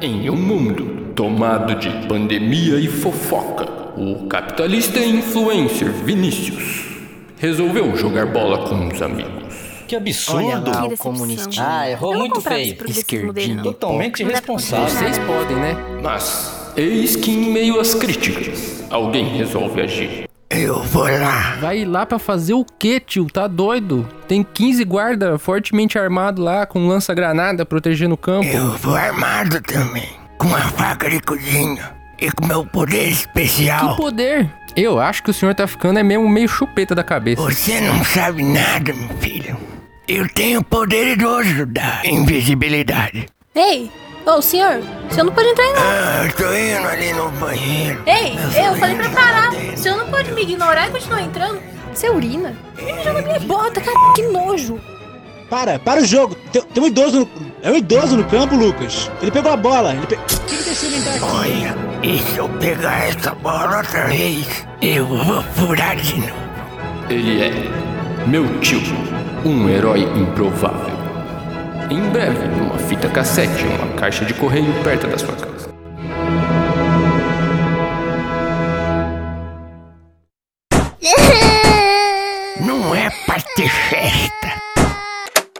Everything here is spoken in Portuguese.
Em um mundo tomado de pandemia e fofoca, o capitalista e influencer Vinícius resolveu jogar bola com os amigos. Que Olha absurdo! lá Que o decepção. comunistinho. Ah, Eu errou não muito comprava esse feio. progressismo dele, não. Totalmente irresponsável. Vocês podem, né? Mas, eis que em meio às críticas, alguém resolve agir. Eu vou lá. Vai Tá lá pra fazer o quê, tio? Tá doido? Tem 15 guarda fortemente armado lá com lança-granada protegendo o campo. Eu vou armado também. Com uma faca de cozinha. E com meu poder Que especial. poder! Eu acho que o senhor tá ficando é mesmo meio chupeta da cabeça. Você não sabe nada, meu filho. Eu tenho o poderoso da invisibilidade. Ei! Ô, senhor! O senhor não pode entrar aí, não. Ah, eu tô indo ali no banheiro. Ei! Eu falei pra parar! O Deus. É, senhor não pode me ignorar e continuar entrando. Você urina? Ele joga minha bota, cara. Que nojo! Para, para o jogo. Tem, tem um idoso no. É um idoso no campo, Lucas. Ele pegou a bola. Ele pe... Quem que deixou ele entrar aqui? Olha, e se eu pegar essa bola outra vez, eu vou furar de novo. Ele é meu tio, um herói improvável. Em breve, numa fita cassete, uma caixa de correio perto da sua casa. Não é pra ter festa,